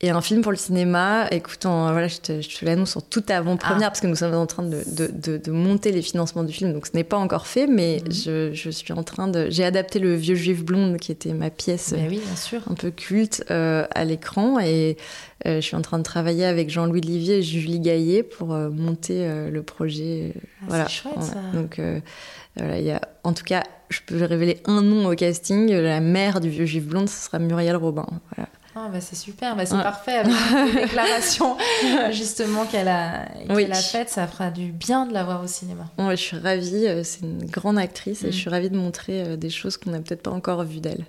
Et un film pour le cinéma, écoute, en- voilà, je te, je te l'annonce en toute Ah. avant-première, parce que nous sommes en train de, de- de- de monter les financements du film, donc ce n'est pas encore fait, mais Mm-hmm. je, je suis en train de... J'ai adapté Le Vieux Juif Blonde, qui était ma pièce Bah oui, bien sûr. un peu culte euh, à l'écran et euh, je suis en train de travailler avec Jean-Louis Livier et Julie Gaillet pour euh, monter euh, le projet. euh, Ah, voilà. C'est chouette Voilà. ça. Donc euh, voilà, il y a en tout cas, je peux révéler un nom au casting, la mère du vieux juif blonde, ce sera Muriel Robin. Voilà. Ah, bah, c'est super, bah, c'est Ouais. parfait. Avec toutes les déclarations justement qu'elle a, qu'elle Oui. a faites, ça fera du bien de la voir au cinéma. Bon, je suis ravie, euh, c'est une grande actrice et Mm. je suis ravie de montrer euh, des choses qu'on n'a peut-être pas encore vues d'elle.